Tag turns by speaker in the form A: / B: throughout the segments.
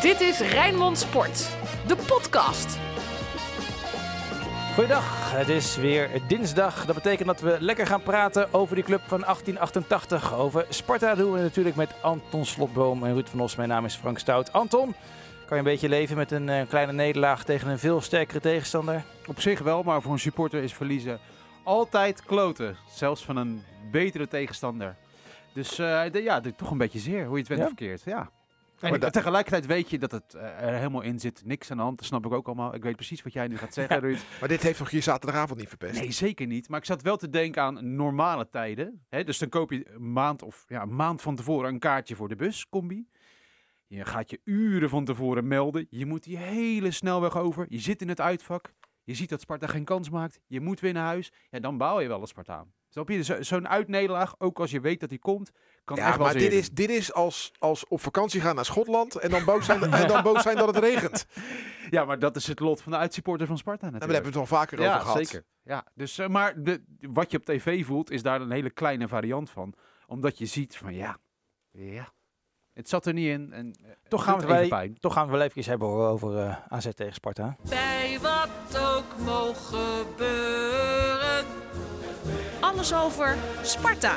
A: Dit is Rijnmond Sport, de podcast.
B: Goeiedag, het is weer dinsdag. Dat betekent dat we lekker gaan praten over die club van 1888. Over Sparta doen we natuurlijk met Anton Slotboom en Ruud van Os. Mijn naam is Frank Stout. Anton, kan je een beetje leven met een eh, kleine nederlaag tegen een veel sterkere tegenstander?
C: Op zich wel, maar voor een supporter is verliezen altijd kloten. Zelfs van een betere tegenstander. Dus eh, de- ja, doet toch een beetje zeer, hoe je het went
B: Ja?
C: of verkeerd. Ja. En
D: Maar da-
C: tegelijkertijd weet je dat het eh, er helemaal in zit. Niks aan de hand, dat snap ik ook allemaal. Ik weet precies wat jij nu gaat zeggen, Ruud.
D: Maar dit heeft toch je zaterdagavond niet verpest?
C: Nee, zeker niet. Maar ik zat wel te denken aan normale tijden. Hè? Dus dan koop je een maand of ja, een maand van tevoren een kaartje voor de buscombi. Je gaat je uren van tevoren melden. Je moet die hele snelweg over. Je zit in het uitvak. Je ziet dat Sparta geen kans maakt. Je moet weer naar huis. Ja, dan bouw je wel als Spartaan. Snap je? Zo- Zo'n uitnederlaag, ook als je weet dat die komt, kan
D: ja,
C: echt wel
D: maar
C: zeer
D: dit is, dit is als, als op vakantie gaan naar Schotland en dan boos zijn, en dan boos zijn dat het regent. Nou,
C: doen. Ja, maar dat is het lot van de uitsupporter van Sparta
D: maar daar
C: natuurlijk.
D: hebben we het al vaker
C: ja,
D: over gehad.
C: zeker. Ja, dus, eh, maar de, wat je op tv voelt, is daar een hele kleine variant van. Omdat je ziet van ja, ja. het zat er niet in. En, eh,
B: Toch gaan,
C: het
B: we,
C: doet even pijn.
B: toch gaan we wel even hebben hoor, over eh, AZ tegen Sparta.
A: Bij wat ook mogen gebeuren. Alles over Sparta.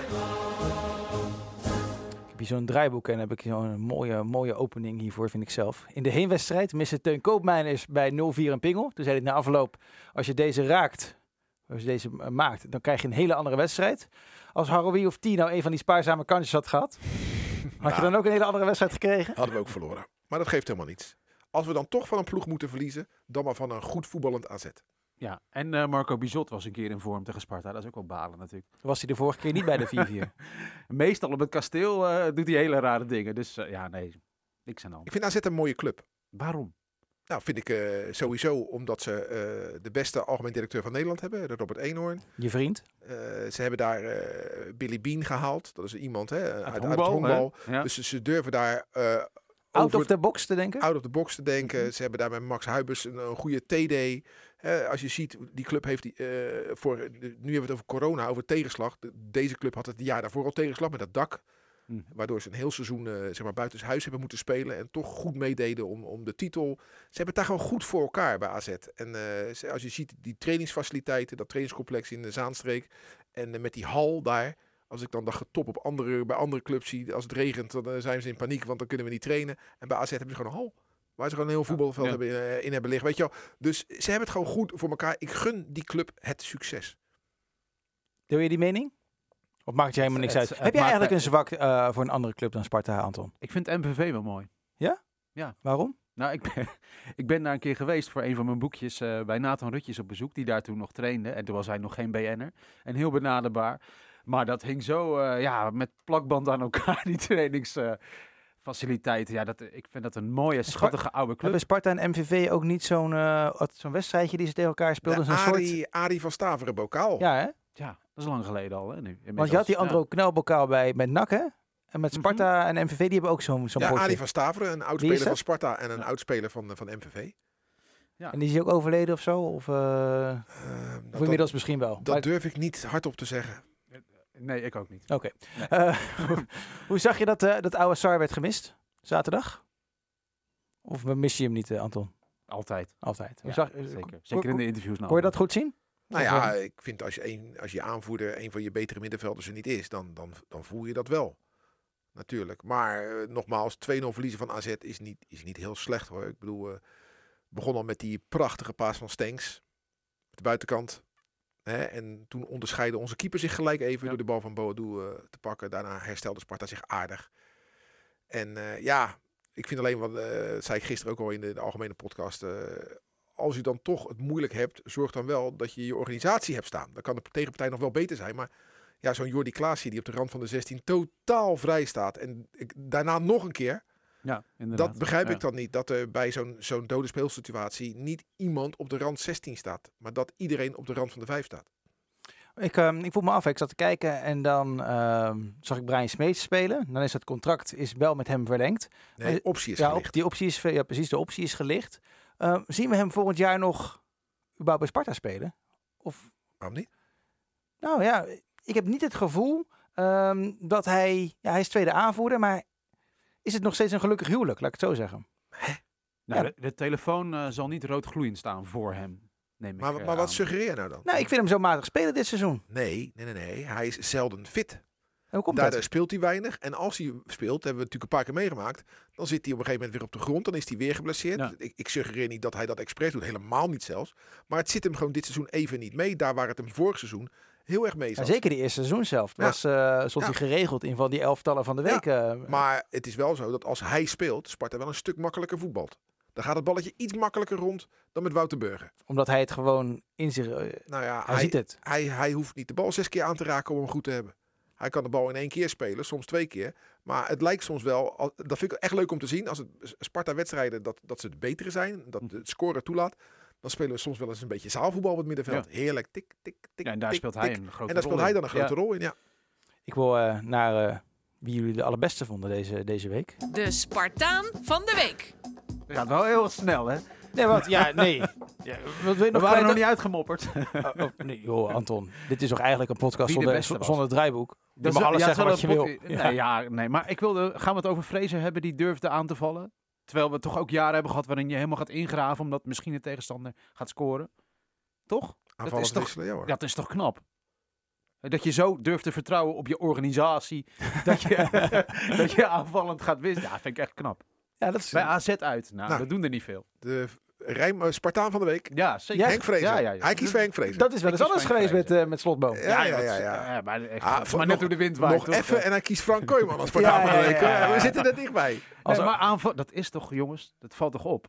B: Ik heb hier zo'n draaiboek en heb ik zo'n mooie, mooie opening hiervoor, vind ik zelf. In de heenwedstrijd miste Teun Koopmeiners bij 0-4 een pingel. Toen zei hij na afloop, als je deze raakt, als je deze eh, maakt, dan krijg je een hele andere wedstrijd. Als Haroui of Tino een van die spaarzame kansjes had gehad, had je
D: Nou.
B: dan ook een hele andere wedstrijd gekregen?
D: Hadden we ook verloren. Maar dat geeft helemaal niets. Als we dan toch van een ploeg moeten verliezen, dan maar van een goed voetballend AZ.
C: Ja, en eh, Marco Bizot was een keer in vorm tegen Sparta. Dat is ook wel balen natuurlijk.
B: Dan was hij de vorige keer niet bij de 4-4.
C: Meestal op het kasteel eh, doet hij hele rare dingen. Dus eh, ja, nee, niks aan de hand.
D: Ik vind AZ een mooie club.
C: Waarom?
D: Nou, vind ik eh, sowieso omdat ze eh, de beste algemeen directeur van Nederland hebben, de Robert Eenhoorn.
B: Je vriend?
D: Eh, ze hebben daar eh, Billy Bean gehaald. Dat is iemand hè, uit, uit het
C: honkbal,
D: honkbal.
C: hè? Ja.
D: Dus ze, ze durven daar eh,
B: Out
D: over
B: of the box te denken?
D: out of the box te denken. Ze hebben daar met Max Huibers een, een goede TD. Eh, als je ziet, die club heeft die, eh, voor, de- nu hebben we het over corona, over tegenslag. De- deze club had het jaar daarvoor al tegenslag met dat dak.
C: Mhm.
D: Waardoor ze een heel seizoen eh, zeg maar, buitenshuis hebben moeten spelen. En toch goed meededen om, om de titel. Ze hebben het daar gewoon goed voor elkaar bij AZ. En eh, ze- als je ziet die trainingsfaciliteiten, dat trainingscomplex in de Zaanstreek. En eh, met die hal daar. Als ik dan dat getop op andere, bij andere clubs zie, als het regent, dan eh, zijn ze in paniek, want dan kunnen we niet trainen. En bij AZ hebben ze gewoon een hal. Waar ze gewoon een heel voetbalveld
C: ja.
D: hebben, eh, in hebben liggen. Weet je wel. Dus ze hebben het gewoon goed voor elkaar. Ik gun die club het succes.
B: Deel je die mening? Of maakt je helemaal niks
C: Het-
B: uit?
C: het
B: Heb jij
C: maakt-
B: eigenlijk een zwak eh, voor een andere club dan Sparta, Anton?
C: Ik vind MVV wel mooi.
B: Waarom?
C: Nou, ik ben, ik ben daar een keer geweest voor een van mijn boekjes eh, bij Nathan Rutjes op bezoek, die daar toen nog trainde. En toen was hij nog geen BN'er. En heel benaderbaar. Maar dat hing zo eh, ja, met plakband aan elkaar, die trainingsfaciliteiten. ja, dat, ik vind dat een mooie, schattige oude club.
B: Hebben Sparta en MVV ook niet zo'n eh, wat- zo'n wedstrijdje die ze tegen elkaar speelden?
D: De
B: Zo'n soort...
D: Arie, Arie van Staveren bokaal.
B: Ja, hè?
C: Ja, dat is lang geleden al. Hè, nu,
B: Want
C: inmiddels.
B: je had die
C: Ja.
B: Andro knelbokaal bij met NAC, hè? En met Sparta en MVV, die hebben ook zo'n zo'n
D: Mhm. Ja,
B: potje.
D: Arie van Staveren, een
B: Wie is
D: oudspeler van
B: dat?
D: Sparta en een
C: Ja.
D: oudspeler van, eh, van MVV.
B: En die is ook overleden of zo? Of, eh,
D: Eh,
B: of
D: nou, dat
B: inmiddels misschien wel.
D: dat
B: Maar-
D: durf ik niet hardop te zeggen.
C: Nee, ik ook niet.
B: Oké. Eh, hoe zag je dat, eh dat oude Sar werd gemist? Zaterdag? Of mis je hem niet, eh, Anton?
C: Altijd.
B: Altijd. Hoe
C: Ja,
B: zag,
C: zeker. Nou, zeker in de interviews. na
B: Hoor je dat
C: afloop.
B: goed zien?
D: Nou
B: Of,
D: ja, ik vind als je, een, als je aanvoerder een van je betere middenvelders er niet is, dan, dan, dan voel je dat wel. Natuurlijk. Maar eh, nogmaals, 2-0 verliezen van AZ is niet, is niet heel slecht hoor. Ik bedoel, eh, begon al met die prachtige paas van Stenks. De buitenkant. Hè? En toen onderscheidde onze keeper zich gelijk even
C: Ja.
D: door de bal van Boadu eh, te pakken. Daarna herstelde Sparta zich aardig. En eh, ja, ik vind alleen wat, eh, dat zei ik gisteren ook al in de, de algemene podcast. eh, als u dan toch het moeilijk hebt, zorg dan wel dat je je organisatie hebt staan. Dan kan de tegenpartij nog wel beter zijn. Maar ja, zo'n Jordi Klaasje die op de rand van de 16 totaal vrij staat. En ik, daarna nog een keer.
C: Ja, inderdaad.
D: Dat begrijp
C: Ja.
D: ik dan niet. Dat er bij zo'n zo'n dode speelsituatie niet iemand op de rand 16 staat. Maar dat iedereen op de rand van de 5 staat.
B: Ik, ehm, ik voel me af. Ik zat te kijken en dan ehm, zag ik Brian Smeets spelen. Dan is dat contract is wel met hem verlengd. Maar-
D: Nee, optie is
B: ja, op-
D: gelicht.
B: die optie is, ja, precies, de optie is gelicht. Ehm, zien we hem volgend jaar nog überhaupt bij Sparta spelen? Of,
D: Waarom niet?
B: nou ja, ik heb niet het gevoel ehm, dat hij... Ja, hij is tweede aanvoerder, maar is het nog steeds een gelukkig huwelijk? Laat ik het zo zeggen.
C: Nou,
B: Ja.
C: de, de telefoon eh, zal niet roodgloeiend staan voor hem, neem ik
D: Maar,
C: eh,
D: maar wat
C: aan.
D: suggereer je nou dan?
B: Nou, ik vind hem zo matig spelen dit seizoen.
D: Nee, nee, nee, nee. Hij is zelden fit.
B: En hoe komt
D: Daardoor
B: dat?
D: speelt Nou, hij weinig. En als hij speelt, hebben we natuurlijk een paar keer meegemaakt. Dan zit hij op een gegeven moment weer op de grond. Dan is hij weer geblesseerd.
C: Ja.
D: Ik, ik suggereer niet dat hij dat expres doet. Helemaal niet zelfs. Maar het zit hem gewoon dit seizoen even niet mee. Daar waar het hem vorig seizoen heel erg mee
B: Ja,
D: zat.
B: zeker die eerste seizoen zelf.
D: Ja.
B: Was, eh, stond
D: Ja.
B: hij geregeld in van die elftallen van de
D: Ja.
B: week. eh,
D: Maar het is wel zo dat als hij speelt, Sparta wel een stuk makkelijker voetbalt. Dan gaat het balletje iets makkelijker rond dan met Wouter Burger.
B: Omdat hij het gewoon in zich... eh,
D: Nou ja,
B: hij ziet het.
D: hij, hij hoeft niet de bal zes keer aan te raken om hem goed te hebben. Hij kan de bal in één keer spelen, soms twee keer. Maar het lijkt soms wel, al- dat vind ik echt leuk om te zien. Als het Sparta-wedstrijden, dat, dat ze het betere zijn, dat
C: Hm.
D: het scoren toelaat. Dan spelen we soms wel eens een beetje zaalvoetbal op het middenveld. Heerlijk, tik, tik, tik,
C: Ja, en daar
D: tik,
C: speelt hij
D: tik.
C: een grote
D: En daar
C: rol
D: speelt hij
C: in.
D: dan een grote
C: Ja.
D: rol in, ja.
B: Ik wil eh, naar eh, wie jullie de allerbeste vonden deze, deze week.
A: De Spartaan van de week.
C: Het gaat wel heel snel, hè?
B: Nee, wat? Ja, nee. Ja, wat wil je
C: We
B: nog
C: waren nog
B: kwijt?
C: niet uitgemopperd.
B: Oh, oh, nee, joh, Anton. Dit is toch eigenlijk een podcast
C: Wie de
B: zonder,
C: beste was.
B: zonder draaiboek? Je
C: Dat
B: mag
C: is-
B: alles
C: Dus, eh, ja,
B: zeggen
C: zal
B: wat je
C: het
B: wil.
C: pot- Nee, ja, nee, maar ik wilde, gaan we het over Fraser hebben die durfde aan te vallen? Terwijl we toch ook jaren hebben gehad waarin je helemaal gaat ingraven omdat misschien een tegenstander gaat scoren. Toch?
D: Aanvallend
C: toch-
D: wisselen, ja hoor.
C: Dat is toch knap? Dat je zo durft te vertrouwen op je organisatie, dat je, dat je aanvallend gaat wisselen. Ja, vind ik echt knap.
B: Ja, dat is...
C: Bij AZ uit, nou,
D: Nou.
C: dat doen er niet veel.
D: De Rijm, eh, Spartaan van de week,
C: Ja, zeker.
B: Ja,
D: Henk Vrezen.
C: Ja, ja, ja.
D: Hij kiest voor Henk Vrezen.
B: Dat is wel eens
C: is
B: anders
C: fijn
B: geweest met,
C: geweest.
B: eh, met Slotboom.
D: ja, ja, ja,
C: dat-
D: ja.
C: maar, echt,
D: Ah,
C: het is
D: voor-
C: maar net
D: nog-
C: hoe de wind waait.
D: Nog
C: toch?
D: even en hij kiest Frank Kooijman als Spartaan
B: Ja,
D: van de
B: ja,
D: week.
B: ja, ja,
D: hoor. We
B: ja.
D: zitten er dichtbij.
B: Als-
C: Nee, maar aanval, dat is toch, jongens, dat valt toch op?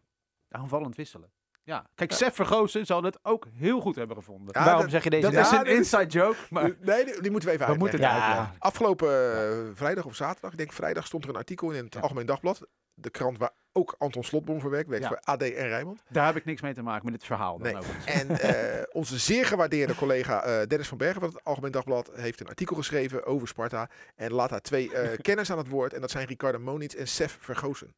C: Aanvallend wisselen. Ja. Kijk, Sef Vergozen zal het ook heel goed hebben gevonden.
D: Ja,
B: Waarom
D: dat-
B: zeg je deze
C: dat
D: ja,
B: dingen?
C: is een
D: dit is-
C: inside joke, maar
D: Nee, die, die moeten we even
C: we
D: uitleggen.
C: moeten het
B: Ja.
C: uitleggen.
D: Afgelopen eh, vrijdag of zaterdag, ik denk vrijdag, stond er een artikel in het
C: Ja.
D: Algemeen Dagblad. De krant waar ook Anton Slotboom voor werkt, werkt
C: Ja.
D: voor AD en Rijnmond.
C: Daar heb ik niks mee te maken met dit verhaal. Dan
D: Nee.
C: overigens.
D: En eh, onze zeer gewaardeerde collega eh, Dennis van Bergen van het Algemeen Dagblad heeft een artikel geschreven over Sparta. En laat daar twee eh kenners aan het woord. En dat zijn Ricardo Moniz en Sef Vergozen.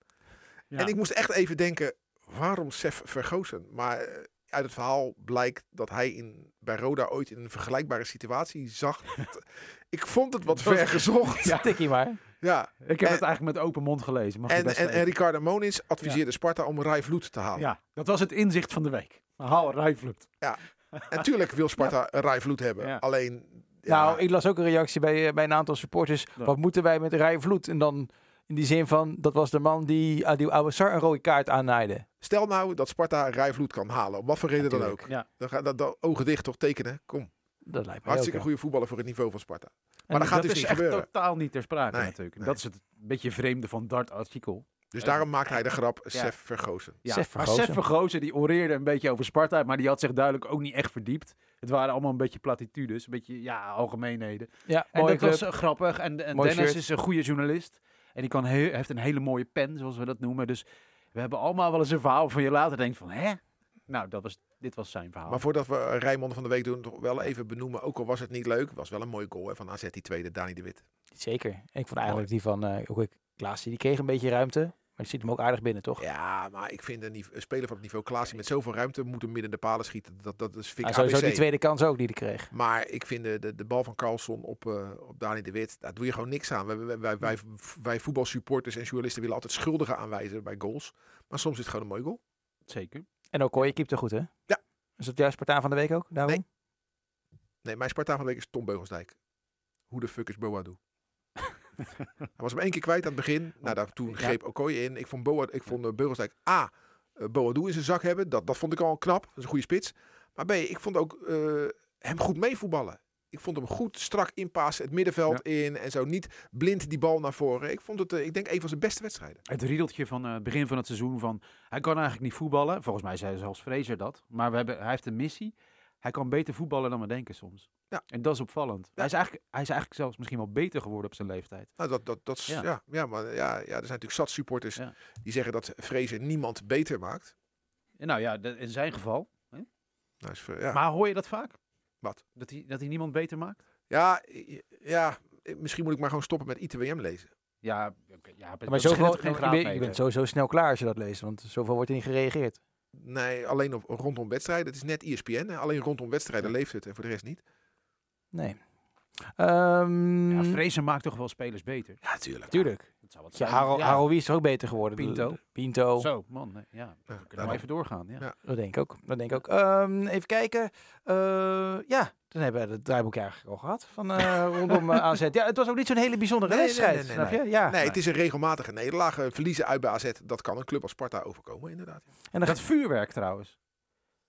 C: Ja.
D: En ik moest echt even denken, waarom Sef Vergozen? Maar eh, uit het verhaal blijkt dat hij in, bij Roda ooit in een vergelijkbare situatie zag. ik vond het wat
C: Dat was-
D: ver gezocht.
C: Ja.
B: Tikkie maar.
D: ja.
C: Ik heb
D: En-
C: het eigenlijk met open mond gelezen. maar goed,
D: En,
C: dat is
D: en, en
C: even-
D: Ricardo Moniz adviseerde Sparta om Rai Vloed te halen.
C: ja, dat was het inzicht van de week. Haal Rijvlucht.
D: En natuurlijk wil Sparta een Rai Vloed hebben.
C: Ja.
D: Alleen, ja,
B: Nou, ik las ook een reactie bij, eh, bij een aantal supporters.
C: Ja.
B: Wat moeten wij met Rij Vloed? En dan in die zin van, dat was de man die Adil Awasar een rode kaart aannaaide.
D: stel nou dat Sparta Rai Vloed kan halen. Om wat voor reden dan ook.
C: Ja.
D: Dan gaat dat, dan ogen dicht toch tekenen. Kom,
B: Dat lijkt me
D: hartstikke
B: ook,
D: goede voetballer voor het niveau van Sparta.
B: En
D: Maar dat gaat
C: dat
D: dus
C: is
D: niet
C: echt
D: gebeuren.
C: totaal niet ter sprake
D: Nee,
C: natuurlijk. En
D: nee.
C: Dat is het beetje vreemde van Dart artikel.
D: Dus
C: Eh,
D: daarom maakt hij de grap Sef Vergozen.
C: Ja,
B: Sef
C: maar
B: Vergozen.
C: Sef Vergozen die oreerde een beetje over Sparta, maar die had zich duidelijk ook niet echt verdiept. Het waren allemaal een beetje platitudes, een beetje ja, algemeenheden.
B: ja. Ja,
C: En
B: mooie
C: dat
B: club.
C: was eh, grappig. En, en
B: Mooi
C: Dennis
B: shirt.
C: is een goede journalist en die kan heel, heeft een hele mooie pen, zoals we dat noemen. Dus we hebben allemaal wel eens een verhaal van je later denkt van, hè? Nou, dat was, dit was zijn verhaal.
D: Maar voordat we Rijmond van de Week doen, toch wel even benoemen. Ook al was het niet leuk, was wel een mooie goal hè, van AZ die tweede, Dani de Wit.
B: Zeker. En ik vond eigenlijk die van eh ook ik- Klaasie, die kreeg een beetje ruimte. Maar je ziet hem ook aardig binnen, toch?
D: Ja, maar ik vind een, nive- een speler van het niveau Klaasie met zoveel ruimte moet hem midden in de palen schieten. Dat, dat is, vind
B: Ah,
D: ik
B: sowieso
D: ABC.
B: die tweede kans ook die hij kreeg.
D: Maar ik vind de, de, de bal van Carlson op, eh, op Dani de Wit, daar doe je gewoon niks aan. Wij, wij, wij, wij, wij voetbalsupporters en journalisten willen altijd schuldigen aanwijzen bij goals. Maar soms is het gewoon een mooie goal.
C: Zeker.
B: En ook je keepte goed, hè?
D: Ja.
B: Is dat juist Spartaan van de week ook? Daarom?
D: Nee. Nee, mijn Spartaan van de week is Tom Beugelsdijk. Hoe de fuck is Boadu? Hij was hem één keer kwijt aan het begin. Nou, daar, toen
C: Ja.
D: greep Okoye in. Ik vond, Boa, ik vond eh, Beugelsdijk A, eh, Boadu in zijn zak hebben. Dat, dat vond ik al knap. Dat is een goede spits. Maar B, ik vond ook eh, hem goed meevoetballen. Ik vond hem goed strak inpassen, het middenveld in en zo. Niet blind die bal naar voren. Ik vond het, eh, ik denk, een van zijn beste wedstrijden.
C: Het riedeltje van eh, het begin van het seizoen van hij kan eigenlijk niet voetballen. Volgens mij zei zelfs Fraser dat. Maar we hebben, hij heeft een missie. Hij kan beter voetballen dan we denken soms.
D: Ja.
C: En dat is opvallend. Hij, is eigenlijk, hij is eigenlijk zelfs misschien wel beter geworden op zijn leeftijd.
D: Nou, dat, dat, dat is,
C: Ja.
D: ja. Ja, maar ja, ja, er zijn natuurlijk zat supporters
C: Ja.
D: die zeggen dat Vrezen niemand beter maakt.
C: En nou ja, dat- in zijn geval.
D: Nou, is, Vre- ja.
C: Maar hoor je dat vaak?
D: Wat?
C: Dat hij, dat hij niemand beter maakt?
D: Ja, i- ja, eh, misschien moet ik maar gewoon stoppen met ITWM lezen.
C: Ja, oké, ja
B: Ja, maar
C: dat scheelt
B: zoveel,
C: geen
B: je,
C: graad
B: bent- je
C: mee,
B: bent
C: hè.
B: sowieso snel klaar als je dat leest, want zoveel wordt er niet gereageerd.
D: Nee, alleen op, rondom wedstrijden. Het is net E ESPN. hè. Alleen rondom wedstrijden leeft het en voor de rest niet.
B: Nee. Ehm
C: Ja, Fraser maakt toch wel spelers beter.
D: Ja, tuurlijk.
B: tuurlijk.
C: Het zou wat
B: Ja,
C: zijn.
B: Haro,
C: Hmm. Ja.
B: Haroui is er ook beter geworden.
C: Pinto.
B: Pinto.
C: Zo, man. nee, Ja, we
D: Ja,
C: kunnen
D: Nou, daarom.
C: maar even doorgaan. Ja.
D: Ja.
B: Dat denk ik ook. Dat denk ik ook. Ehm, even kijken. Eh, ja, dan hebben we het draaiboek eigenlijk al gehad van eh, rondom eh, AZ. Ja, het was ook niet zo'n hele bijzondere
D: Nee, nee,
B: wedstrijd,
D: nee, nee,
B: snap
D: nee.
B: je? Ja.
D: Nee, het is een regelmatige nederlaag. Eh, Verliezen uit bij AZ, dat kan een club als Sparta overkomen, inderdaad.
B: En dan
C: Dat vuurwerk trouwens.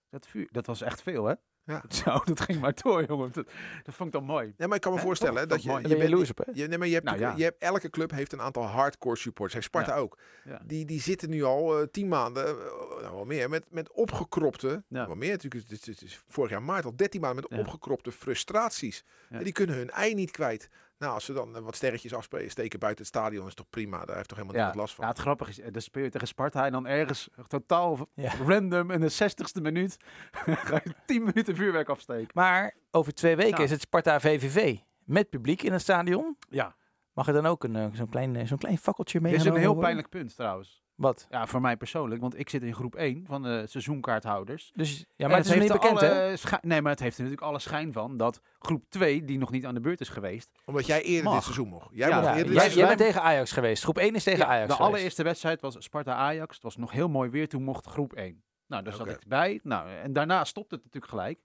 C: Dat, vuur, dat was echt veel, hè?
D: Ja.
C: Zo, dat ging maar door, jongen. Dat, dat vond ik dan mooi.
D: Ja, maar ik kan me
C: Ja,
D: voorstellen
C: toch?
D: hè,
C: Dat
D: dat je,
C: mooi.
B: je
D: je
B: bent
D: bent,
B: jaloers op, hè?
D: je, nee, maar je hebt,
C: Nou
D: natuurlijk-
C: ja.
D: je hebt, elke club heeft een aantal hardcore supporters. Heeft Sparta ook.
C: Ja.
D: Die, die zitten nu al eh, tien maanden, eh, nou wel meer, met, met opgekropte,
C: Ja.
D: wel meer natuurlijk, het is, het is vorig jaar maart al 13 maanden met
C: Ja.
D: opgekropte frustraties.
C: Ja.
D: En die kunnen hun ei niet kwijt. Nou, als ze dan eh, wat sterretjes afspelen, steken buiten het stadion, is toch prima. Daar heeft toch helemaal niemand last van.
C: ja, het grappige is, eh, dan speel je tegen Sparta en dan ergens totaal v-
B: Ja.
C: random in de 60ste minuut ga je 10 minuten vuurwerk afsteken.
B: Maar over twee weken
C: Nou.
B: is het Sparta VVV met publiek in het stadion.
C: Ja,
B: Mag er dan ook een, eh, zo'n klein, eh, zo'n klein fakkeltje mee?
C: dit is een heel pijnlijk punt trouwens.
B: Wat?
C: Ja, voor mij persoonlijk, want ik zit in groep 1 van de seizoenkaarthouders.
B: Dus, ja,
C: En
B: maar het is nog niet
C: heeft
B: bekend,
C: alle
B: hè?
C: schij- Nee, maar het heeft er natuurlijk alle schijn van dat groep 2, die nog niet aan de beurt is geweest,
D: Omdat jij eerder
C: Mag.
D: dit seizoen mocht. Jij
C: Ja,
D: mocht
B: Ja, jij,
D: eerder dit
C: is-
B: jij
D: seizoen.
B: bent tegen Ajax geweest. Groep 1 is tegen
C: Ja,
B: Ajax
C: De
B: geweest.
C: allereerste wedstrijd was Sparta-Ajax. Het was nog heel mooi weer. Toen mocht groep 1. Nou, daar zat
D: Oké.
C: ik bij. Nou, en daarna stopte het natuurlijk gelijk.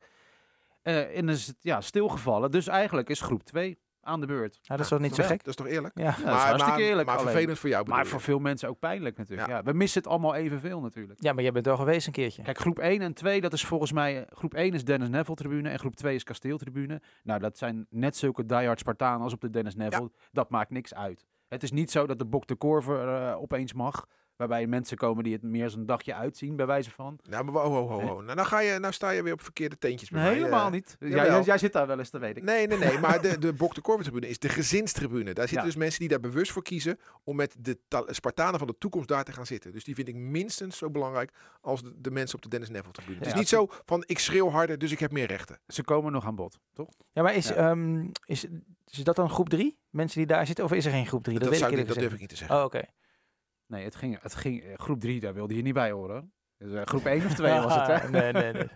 C: Eh, en is het ja, stilgevallen. Dus eigenlijk is groep 2 aan de beurt.
B: Nou, dat is wel niet zo
D: Ja,
B: gek.
D: Dat is toch eerlijk?
B: Ja.
C: Ja, dat is hartstikke
D: maar,
C: eerlijk.
D: maar
C: alleen.
D: vervelend voor jou
C: Maar
D: bedoel
C: voor
D: je.
C: veel mensen ook pijnlijk natuurlijk. Ja. we missen het allemaal evenveel natuurlijk.
B: ja, maar jij bent wel geweest een keertje.
C: Kijk, groep 1 en 2, dat is volgens mij... eh, Groep 1 is Dennis Neville-tribune en groep 2 is Kasteeltribune. Nou, dat zijn net zulke diehard Spartanen als op de Dennis Neville. Dat maakt niks uit. Het is niet zo dat de Bok de Korver eh, opeens mag... waarbij mensen komen die het meer als een dagje uitzien, bij wijze van.
D: Nou, maar ho, ho, ho, ho. Nou, nou, ga je, nou sta je weer op verkeerde teentjes bij
C: Nee,
D: mij,
C: helemaal
D: eh.
C: niet. Ja,
D: jawel.
C: jij, jij zit daar wel eens, dat weet ik.
D: Nee, nee, nee. Maar de, de Bok de Korvertribune is de gezinstribune. Daar zitten
C: Ja.
D: dus mensen die daar bewust voor kiezen om met de ta- Spartanen van de toekomst daar te gaan zitten. Dus die vind ik minstens zo belangrijk als de, de mensen op de Dennis Neville tribune. Het
C: Ja,
D: is niet zo van ik schreeuw harder, dus ik heb meer rechten.
C: Ze komen nog aan bod, toch?
B: Ja, maar is,
C: Ja.
B: ehm, is, is dat dan groep 3? Mensen die daar zitten? Of is er geen groep 3?
D: Dat,
B: Dat, weet
D: zou
B: ik
D: ik niet,
B: eerlijk
D: dat durf
B: gezegd.
D: ik niet te zeggen.
B: niet. Oh, oké.
C: Nee, het ging, het ging, eh, groep 3, daar wilde je niet bij horen. Dus, eh, groep 1 of 2 was het, hè?
B: Ah. nee, nee, nee.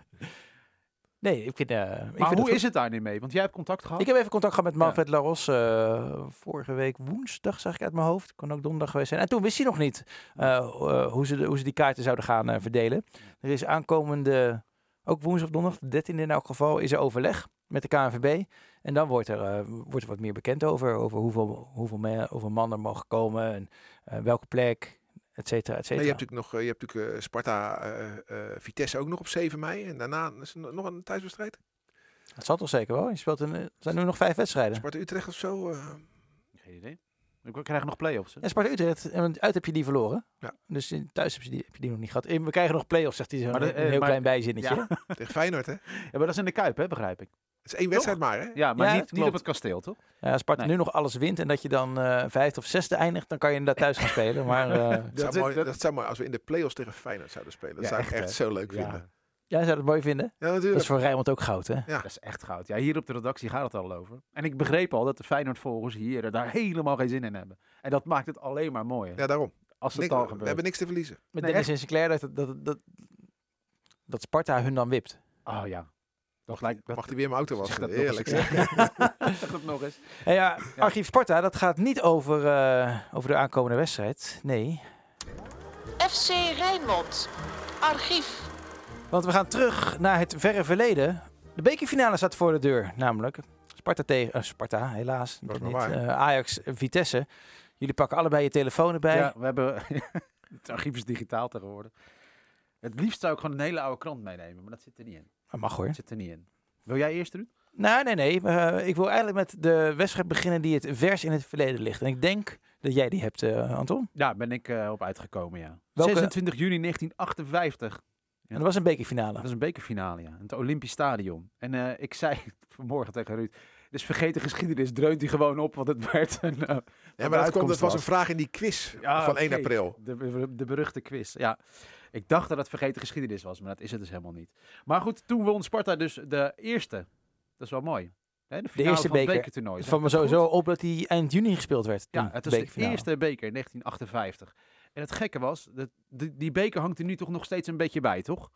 B: Nee, ik vind, eh, ik vind
C: Maar
B: het
C: hoe
B: goed.
C: is het daar nu mee? Want jij hebt contact
D: Oh.
C: gehad.
B: Ik heb even contact gehad met Manfred Laros eh, vorige week woensdag, zag ik uit mijn hoofd. Kon ook donderdag geweest zijn. En toen wist hij nog niet eh, eh, hoe, ze de- hoe ze die kaarten zouden gaan eh, verdelen. Er is aankomende, ook woensdag of donderdag, de 13e in elk geval, is er overleg met de KNVB. En dan wordt er, eh, wordt er wat meer bekend over, over hoeveel, hoeveel, me- hoeveel man er mogen komen en eh, welke plek, et cetera, et
D: Nee,
B: cetera.
D: je hebt natuurlijk nog eh, je hebt natuurlijk, eh, Sparta eh, eh, Vitesse ook nog op 7 mei. En daarna is er nog een thuiswedstrijd.
B: Dat zal toch zeker wel? Je speelt een, eh, er zijn nu nog vijf wedstrijden.
D: Sparta Utrecht of zo. eh.
C: Geen idee. We krijgen nog play-offs, hè?
B: Ja, Sparta-Utrecht, eh, want uit heb je die verloren.
D: Ja.
B: Dus in- thuis heb je, die, heb je die nog niet gehad. Eh, We krijgen nog play-offs, zegt hij zo.
C: Maar de-
B: een
C: eh,
B: heel
C: maar-
B: klein bijzinnetje.
C: Ja.
D: tegen Feyenoord hè. Het
C: Ja, maar dat is in de Kuip, hè, begrijp ik.
D: is één wedstrijd maar hè.
C: Ja, maar
B: Ja,
C: niet,
B: dat
C: niet op
B: klopt.
C: het kasteel, toch?
B: Ja, als Sparta
C: Nee.
B: nu nog alles wint en dat je dan eh, vijfde of zesde eindigt, dan kan je inderdaad thuis gaan spelen. Maar eh,
D: Dat, zou
C: is-
D: mooi,
C: dat-
D: dat zou mooi als we in de play-offs tegen Feyenoord zouden spelen. Dat
C: Ja,
D: zou ik
C: echt,
D: echt,
C: hè.
D: zo leuk
C: Ja.
D: vinden.
B: jij zou het mooi vinden.
D: Ja,
B: Dat
D: natuurlijk.
B: is voor Rijnmond ook goud, hè?
C: Dat is echt goud. Ja, hier op de redactie gaat het al over. En ik begreep al dat de Feyenoord-volgers hier en daar helemaal geen zin in hebben. En dat maakt het alleen maar mooier,
D: Ja, daarom.
C: als het
D: Niks-
C: al
D: we
C: gebeurt.
D: hebben niks te verliezen.
B: Met
C: Nee,
B: Dennis en Sinclair, dat, dat, dat, dat Sparta hun dan wipt.
C: Oh ja. Dat lijkt...
D: Mag hij weer in mijn auto
C: Zeg
D: wassen?
C: dat nog eens
D: Heerlijk
C: een
D: zeg.
C: keer. Zeg dat nog eens.
B: En ja,
C: Ja.
B: Archief Sparta, dat gaat niet over, eh, over de aankomende wedstrijd. Nee,
E: FC Rijnmond. Archief.
B: Want we gaan terug naar het verre verleden. De bekerfinale staat voor de deur, namelijk Sparta tegen eh, Sparta, helaas.
D: Dat is
B: niet,
D: maar waar.
B: eh, Ajax, en Vitesse. Jullie pakken allebei je telefoon erbij.
C: Ja, we hebben... het archief is digitaal tegenwoordig. Het liefst zou ik gewoon een hele oude krant meenemen, maar dat zit er niet in.
B: Dat mag hoor.
C: Dat zit er niet in. Wil jij eerst, Ruud?
B: Nee, nee, nee. eh, ik wil eigenlijk met de wedstrijd beginnen die het vers in het verleden ligt. En ik denk dat jij die hebt, eh, Anton.
C: Ja, ben ik eh, op uitgekomen, ja.
B: Welke-
C: 26 juni 1958.
B: En dat was een bekerfinale.
C: Dat is een bekerfinale, ja. In het Olympisch Stadion. En eh, ik zei vanmorgen tegen Ruud... Dus vergeten geschiedenis dreunt hij gewoon op wat het werd. En, eh, de
D: Ja, maar dat, kwam,
C: uitkomst
D: dat was een vraag in die quiz
C: Ja,
D: van 1
C: oké.
D: april.
C: De, de beruchte quiz. Ja, ik dacht dat het vergeten geschiedenis was, maar dat is het dus helemaal niet. Maar goed, toen won Sparta dus de eerste. Dat is wel mooi. Hè, de, finale
B: eerste
C: van het
B: beker.
C: bekertoernooi.
B: Het
C: Zeg
B: valt
C: ik
B: me
C: dat
B: sowieso
C: goed?
B: op dat die eind juni gespeeld werd.
C: Ja,
B: toen,
C: het
B: de
C: was de
B: bekerfinale.
C: eerste beker, 1958. En het gekke was, dat, die, die beker hangt er nu toch nog steeds een beetje bij, toch?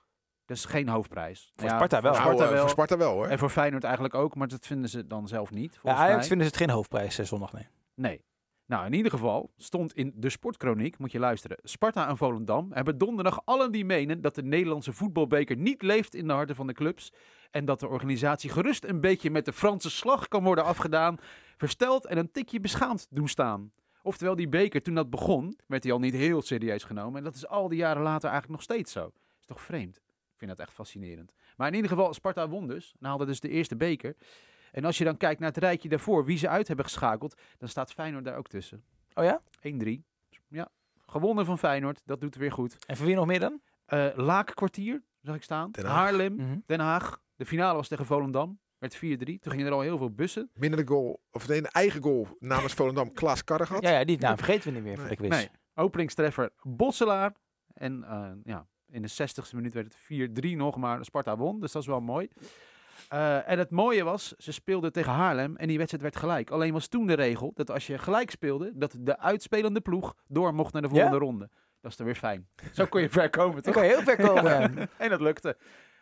C: Dat is geen hoofdprijs.
B: Voor Sparta wel.
C: Voor
D: Nou,
C: Sparta
D: eh,
C: wel.
D: voor Sparta wel hoor.
C: En voor Feyenoord eigenlijk ook, maar dat vinden ze dan zelf niet.
B: Ja,
C: volgens
B: Ajax
C: mij.
B: vinden ze het geen hoofdprijs eh, zondag, nee.
C: Nee. Nou, in ieder geval stond in de sportkroniek, moet je luisteren, Sparta en Volendam hebben donderdag allen die menen dat de Nederlandse voetbalbeker niet leeft in de harten van de clubs en dat de organisatie gerust een beetje met de Franse slag kan worden afgedaan, versteld en een tikje beschaamd doen staan. Oftewel, die beker, toen dat begon, werd hij al niet heel serieus genomen en dat is al die jaren later eigenlijk nog steeds zo. Is toch vreemd? Ik vind dat echt fascinerend. Maar in ieder geval, Sparta won dus en haalde dus de eerste beker. En als je dan kijkt naar het rijtje daarvoor, wie ze uit hebben geschakeld, dan staat Feyenoord daar ook tussen.
B: Oh ja?
C: 1-3. Ja, gewonnen van Feyenoord, dat doet weer goed.
B: En voor wie nog meer dan?
C: Eh Laakkwartier, zag ik staan.
D: Den Haag.
C: Haarlem,
B: Mhm.
C: Den Haag. De finale was tegen Volendam, werd 4-3. Toen gingen er al heel veel bussen.
D: Minder de goal, of nee, een eigen goal namens Volendam, Klaas Karregat.
B: Ja, ja, die naam vergeten we niet meer voor de
D: Nee.
B: quiz.
C: Nee, openingstreffer Bosselaar. En eh, ja, in de 60ste minuut werd het 4-3 nog, maar Sparta won, dus dat is wel mooi. Eh, en het mooie was, ze speelden tegen Haarlem en die wedstrijd werd gelijk. Alleen was toen de regel dat als je gelijk speelde, dat de uitspelende ploeg door mocht naar de volgende ronde. Dat is dan weer fijn. Zo kon je ver komen,
B: Dan
C: toch?
B: kan je heel ver komen.
C: En dat lukte.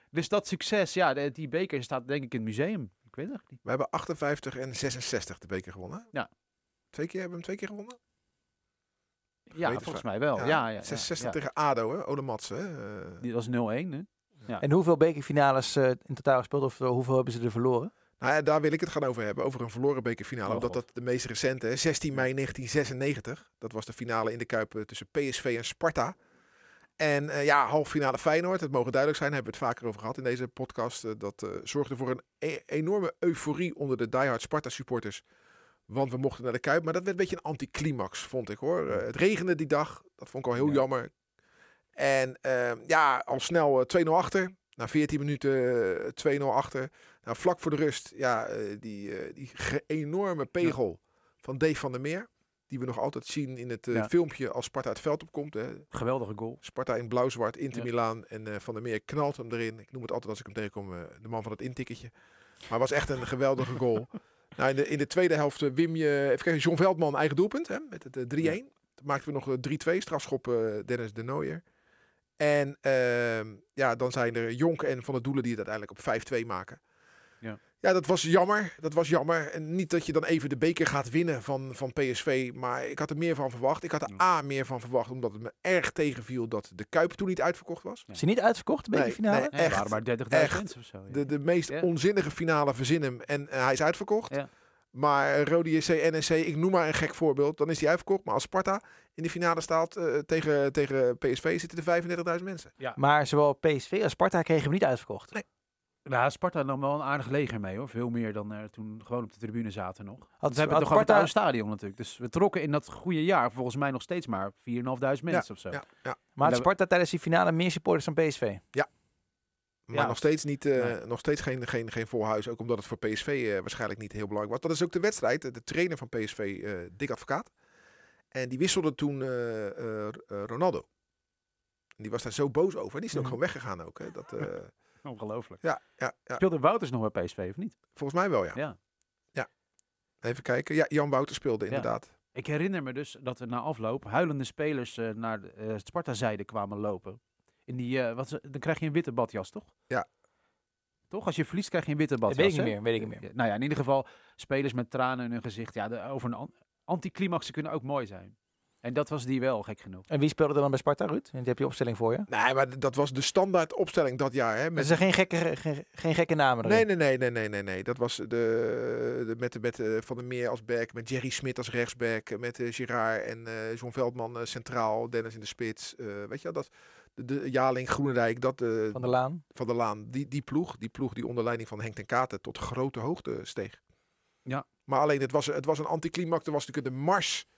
C: Dus dat succes, ja, de- die beker staat denk ik in het museum. Ik weet het eigenlijk niet.
D: We hebben 58 en 66 de beker gewonnen. hè?
C: Ja.
D: Twee keer hebben we hem twee keer gewonnen?
C: Ja,
D: weet het
C: volgens
D: wel.
C: mij wel. Ja, Oh, ja, ja,
D: 66
C: ja.
D: tegen ADO, hè? Ole Matsen. hè? Eh,
C: Die was 0-1, hè?
B: En hoeveel bekerfinales eh, in totaal gespeeld of eh, hoeveel hebben ze er verloren?
D: Nou ja, daar wil ik het gaan over hebben. Over een verloren bekerfinale.
C: Oh,
D: omdat
C: God.
D: dat de meest recente, hè, 16 mei 1996. Dat was de finale in de Kuip eh, tussen PSV en Sparta. En eh, ja, halffinale Feyenoord. Het mogen duidelijk zijn, daar hebben we het vaker over gehad in deze podcast. eh, dat eh, zorgde voor een e- enorme euforie onder de diehard Sparta supporters. Want we mochten naar de Kuip. Maar dat werd een beetje een anticlimax, vond ik hoor. Eh, het regende die dag. Dat vond ik al heel
C: Ja.
D: jammer. En eh, ja, al snel eh, 2-0 achter. Na 14 minuten eh, 2-0 achter. Nou, vlak voor de rust, ja, eh, die, eh, die ge- enorme pegel van Dave van der Meer. Die we nog altijd zien in het eh,
C: Ja.
D: filmpje als Sparta het veld opkomt. Hè.
C: Geweldige goal.
D: Sparta in blauw-zwart, Inter
C: Ja.
D: Milaan. En eh, Van der Meer knalt hem erin. Ik noem het altijd als ik hem tegenkom, eh, de man van het intikketje. Maar het was echt een geweldige goal. Nou, in, de, in de tweede helft eh, wim je... Even kijken, John Veldman, eigen doelpunt. Hè, met het eh, 3-1. Toen maakten we nog eh, 3-2, strafschop eh, Dennis de Nooier. En ehm, ja, dan zijn er Jonk en Van der Doelen die het uiteindelijk op 5-2 maken.
C: Ja.
D: ja, dat was jammer. Dat was jammer. En niet dat je dan even de beker gaat winnen van, van PSV. Maar ik had er meer van verwacht. Ik had er A meer van verwacht, omdat het me erg tegenviel dat de Kuip toen niet uitverkocht was.
B: Is ze niet uitverkocht, de
D: Nee,
B: bekerfinale?
D: nee.
C: Nee, er
D: Echt,
C: waren maar 30.000
D: echt.
C: mensen of zo. ja.
D: De, de meest
C: Ja.
D: onzinnige finale verzin hem en eh, hij is uitverkocht.
C: Ja.
D: Maar Rode JC, NSC, ik noem maar een gek voorbeeld, dan is hij uitverkocht. Maar als Sparta in de finale staat eh, tegen, tegen PSV, zitten er 35.000 mensen.
B: Maar zowel PSV als Sparta kregen hem niet uitverkocht.
C: Nou, Sparta nam wel een aardig leger mee hoor. Veel meer dan er toen gewoon op de tribune zaten nog.
B: Had,
C: we hebben
B: had
C: toch
B: Sparta-
C: Sparta... het oude stadion natuurlijk. Dus we trokken in dat goede jaar volgens mij nog steeds maar 4.500 mensen of zo.
D: Ja, ja.
B: maar had
C: dat-
B: Sparta tijdens die finale meer supporters dan PSV?
D: Maar
C: Ja.
D: nog steeds, niet, eh,
C: Nee.
D: nog steeds geen, geen, geen vol huis. Ook omdat het voor PSV eh, waarschijnlijk niet heel belangrijk was. Dat is ook de wedstrijd. De trainer van PSV, eh Dick Advocaat. En die wisselde toen eh, eh, eh, Ronaldo. En die was daar zo boos over. En die is ook
B: Mhm.
D: gewoon weggegaan ook. Hè. Dat, eh,
C: Ongelooflijk.
D: ja, ja, ja,
C: Speelde Wouters nog bij PSV of niet?
D: volgens mij wel ja.
C: Ja.
D: Even kijken. Ja, Jan Wouter speelde
C: Ja.
D: inderdaad.
C: Ik herinner me dus dat er na afloop huilende spelers eh, naar de eh, Sparta-zijde kwamen lopen. In die, eh, wat, is het? dan krijg je een witte badjas, toch?
D: Ja.
C: Toch? Als je verliest krijg je een witte
B: Dat
C: badjas.
B: weet ik niet
C: hè?
B: meer, weet ik niet meer.
C: Ja, Nou ja, in ieder geval spelers met tranen in hun gezicht. Ja, de, over een an- anticlimaxen kunnen ook mooi zijn. En dat was die wel, gek genoeg.
B: En wie speelde er dan bij Sparta, Ruud? En die heb je opstelling voor je.
D: Nee, maar d- dat was de standaard opstelling dat jaar. Hè,
B: Maar
D: met
B: er zijn geen gekke, geen, geen gekke namen erin.
D: Nee, nee, nee, nee, nee, nee, nee. Dat was de, de- met, de, met eh, Van der Meer als back, met Jerry Smit als rechtsback, eh, met eh, Girard en eh John Veldman eh, centraal, Dennis in de spits. eh, weet je wel, dat, de, de Jaling, Groenendijk, dat, eh,
B: Van der Laan.
D: Van der Laan, die, die ploeg, die ploeg die onder leiding van Henk ten Katen tot grote hoogte steeg.
C: Ja.
D: Maar alleen, het was, het was een anticlimax. Er was natuurlijk de mars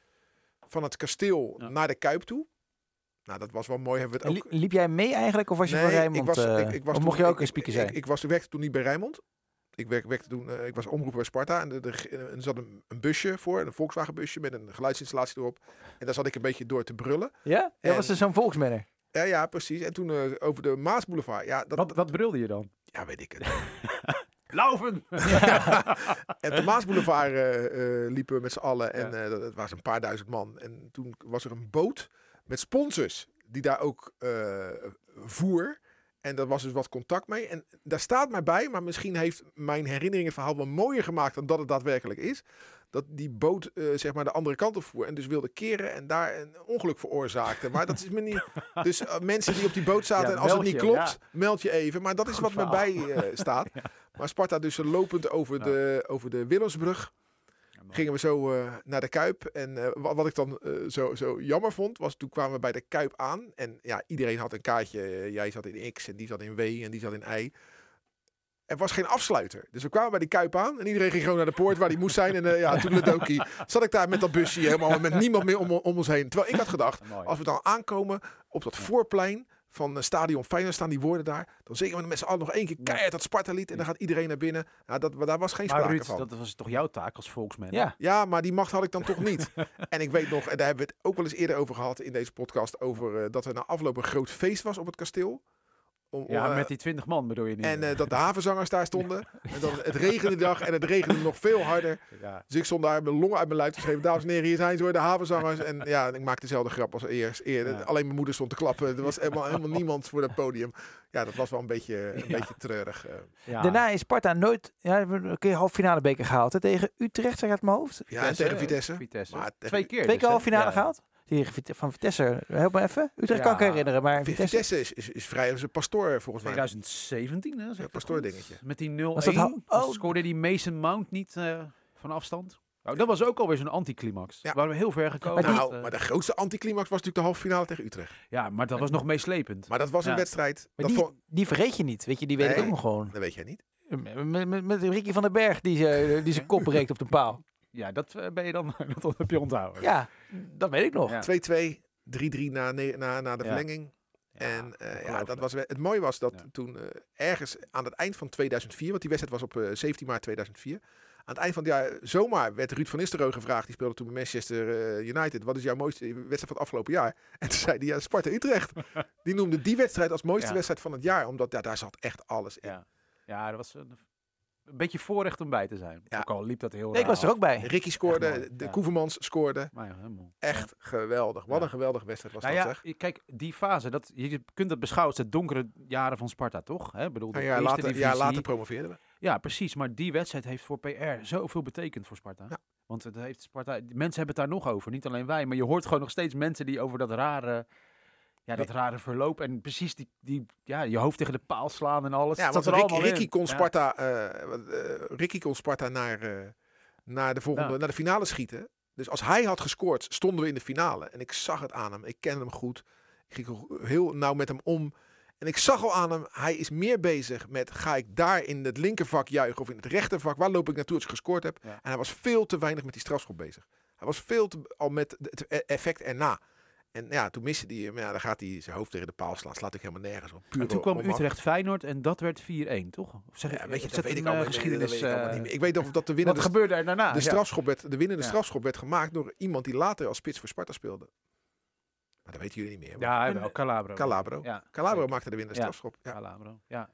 D: van het kasteel
C: Ja.
D: naar de Kuip toe. Nou, dat was wel mooi. Hebben we
B: En
D: het ook...
B: li- liep jij mee eigenlijk of was je
D: Nee,
B: van Rijnmond?
D: Ik was,
B: eh,
D: ik, ik was
B: of
D: toen-
B: mocht je ook
D: ik-
B: een speaker
D: ik-
B: zijn?
D: Ik, ik was, werkte toen niet bij Rijnmond. Ik, werk, werkte toen, eh, ik was omroeper bij Sparta. En er- er- en eh, er zat een, een busje voor, een Volkswagen busje met een geluidsinstallatie erop. En daar zat ik een beetje door te brullen.
B: ja? Dat
D: en-
B: was dus zo'n volksmanner.
D: Ja, ja, precies. En toen eh, over de Maasboulevard. Ja, dat,
C: Wat, wat brulde je dan?
D: ja, weet ik het.
C: Lauven!
D: en op de Maasboulevard eh, eh, liepen we met z'n allen. En
C: Ja.
D: eh, dat, dat waren een paar duizend man. En toen was er een boot met sponsors die daar ook eh, voer. En daar was dus wat contact mee. En daar staat mij bij, maar misschien heeft mijn herinnering het verhaal wel mooier gemaakt dan dat het daadwerkelijk is. dat die boot eh, zeg maar de andere kant op voer en dus wilde keren en daar een ongeluk veroorzaakte. Maar dat is me niet. Dus eh, mensen die op die boot zaten
C: Ja,
D: en als het
C: meld
D: niet
C: je,
D: klopt, meld je even. Maar dat is wat me bij
C: verhaal.
D: eh, staat. Maar Sparta dus eh, lopend over,
C: Ja.
D: de, over de Willemsbrug.
C: Ja, man.
D: Gingen we zo eh, naar de Kuip. En eh, wa- wat, ik dan eh, zo, zo jammer vond, was toen kwamen we bij de Kuip aan. En ja, iedereen had een kaartje. Eh, Jij zat in X en die zat in W en die zat in Y. Er was geen afsluiter. Dus we kwamen bij die Kuip aan. En iedereen ging gewoon naar de poort waar die moest zijn. En eh ja, toen zat ik daar met dat busje helemaal met niemand meer om, om ons heen. Terwijl ik had gedacht,
C: Mooi.
D: als we dan aankomen op dat voorplein van eh, Stadion Feyenoord staan die woorden daar. Dan zingen we met z'n allen nog één keer keihard dat Sparta-lied. En dan gaat iedereen naar binnen. Nou, dat, daar was geen
C: Maar
D: sprake
C: Ruud,
D: van.
C: dat was toch jouw taak als volksman?
B: Ja,
D: Ja, maar die macht had ik dan toch niet. en ik weet nog, en daar hebben we het ook wel eens eerder over gehad in deze podcast, over eh, dat er na afloop een groot feest was op het kasteel. Om,
C: Ja,
D: om, eh,
C: met die 20 man bedoel je niet.
D: En eh, dat de havenzangers daar stonden. En dat het regende die dag en het regende nog veel harder.
C: ja.
D: Dus ik stond daar met mijn longen uit mijn lijf te schreven. Dames en heren, hier zijn ze hoor, de havenzangers. En ja, ik maakte dezelfde grap als eerst. eerder.
C: Ja.
D: Alleen mijn moeder stond te klappen. Er was helemaal, helemaal niemand voor dat podium. Ja, dat was wel een beetje, een beetje treurig. eh.
C: Ja.
B: daarna is Sparta nooit... Ja, we hebben een keer halve finale beker gehaald. Hè, tegen Utrecht, zeg ik uit mijn hoofd.
D: ja, en
C: eh,
D: tegen Vitesse.
C: Vitesse.
D: Maar tegen-
C: Twee keer.
B: Twee keer
C: dus, hè?
B: halve finale
C: Ja.
B: gehaald. Tegen Vit- van Vitesse, help me even. Utrecht kan ik
C: Ja.
B: herinneren, maar
D: Vi-
B: Vitesse...
D: Vitesse is, is, is vrij als een pastoor volgens mij.
C: 2017, hè? zeg ik dat
D: pastoor
C: goed?
D: dingetje.
C: Met die 0-1.
B: Was dat hou-
C: was-
B: oh.
C: Scoorde die Mason Mount niet eh, van afstand? Nou, dat was ook alweer zo'n anticlimax.
D: Ja.
C: Waren we heel ver gekomen.
D: Nou,
C: eh,
D: maar de grootste anticlimax was natuurlijk de halve finale tegen Utrecht.
C: Ja, maar dat was nog meeslepend.
D: Maar dat was een
C: Ja.
D: wedstrijd.
B: Maar
D: Dat,
B: die,
D: vond-
B: die vergeet je niet, weet je, die weet ik
D: Nee.
B: ook nog gewoon.
D: dat weet jij niet.
B: Met, met, met Ricky van den Berg, die zijn die zijn kop breekt op de paal.
C: Ja, dat eh, ben je dan dat heb je onthouden.
B: Ja, dat weet ik nog.
C: Ja.
D: 2-2, 3-3 na, ne- na, na de
C: Ja.
D: verlenging.
C: Ja,
D: en eh, ja, dat
C: ongelooflijk.
D: was, we- het mooie was dat
C: Ja.
D: toen eh, ergens aan het eind van 2004, want die wedstrijd was op eh, 17 maart 2004. Aan het eind van het jaar eh, zomaar werd Ruud van Nistelrooy gevraagd. Die speelde toen bij Manchester eh, United. Wat is jouw mooiste wedstrijd van het afgelopen jaar? En toen zei hij, ja, Sparta-Utrecht. Die noemde die wedstrijd als mooiste
C: Ja.
D: wedstrijd van het jaar. Omdat ja, daar zat echt alles in.
C: Ja. Ja, dat was een, een beetje voorrecht om bij te zijn.
D: Ja.
C: Ook al liep dat heel
B: Nee, ik
C: raar
B: was er
C: af.
B: ook bij.
D: Ricky scoorde,
C: Echt mooi,
D: de
C: ja.
D: Koevermans scoorde.
C: Maar ja, helemaal.
D: Echt geweldig. Wat
C: Ja.
D: een geweldige wedstrijd was
C: Nou
D: dat,
C: ja,
D: zeg.
C: kijk, die fase, dat, je kunt dat beschouwen als de donkere jaren van Sparta, toch? Hè, Ik bedoel, de
D: Een
C: eerste
D: jaar later,
C: divisie.
D: Nou ja, later promoveerden we.
C: Ja, precies. Maar die wedstrijd heeft voor PR zoveel betekend voor Sparta.
D: Ja.
C: Want het heeft Sparta, mensen hebben het daar nog over. Niet alleen wij, maar je hoort gewoon nog steeds mensen die over dat rare, ja, dat rare verloop. En precies die, die ja, je hoofd tegen de paal slaan en alles.
D: Ja,
C: Het
D: want
C: zat er
D: Rick,
C: allemaal
D: Ricky,
C: in.
D: kon
C: Ja.
D: Sparta, eh, wat, eh, Ricky kon Sparta naar, eh, naar, de volgende,
C: Ja.
D: naar de finale schieten. Dus als hij had gescoord, stonden we in de finale. En ik zag het aan hem. Ik kende hem goed. Ik ging heel nauw met hem om. En ik zag al aan hem, hij is meer bezig met ga ik daar in het linkervak juichen of in het rechtervak, waar loop ik naartoe als ik gescoord heb.
C: Ja.
D: En hij was veel te weinig met die strafschop bezig. Hij was veel te al met het e- effect erna. En ja, toen miste hij hem. Ja, dan gaat hij zijn hoofd tegen de paal slaan. Slaat ik helemaal nergens op. Puur
C: En toen kwam
D: om- om-
C: Utrecht Feyenoord en dat werd 4-1, toch? Of zeg ik,
D: ja, weet je,
C: of zet
D: dat weet ik
C: een, eh,
D: allemaal
C: geschiedenis.
D: niet. meer, dat weet ik, allemaal
C: eh,
D: niet meer. ik weet nog dat de
C: wat
D: winnende, de,
C: gebeurde er daarna? Ja.
D: strafschop werd, de winnende
C: Ja.
D: strafschop werd gemaakt door iemand die later als spits voor Sparta speelde. Maar dat weten jullie niet meer.
C: Ja,
B: En,
C: wel,
B: eh,
C: Calabro.
D: Calabro.
C: Ja,
D: Calabro
C: zeker.
D: maakte de winnende
C: Ja.
D: strafschop. Ja.
C: Calabro, ja.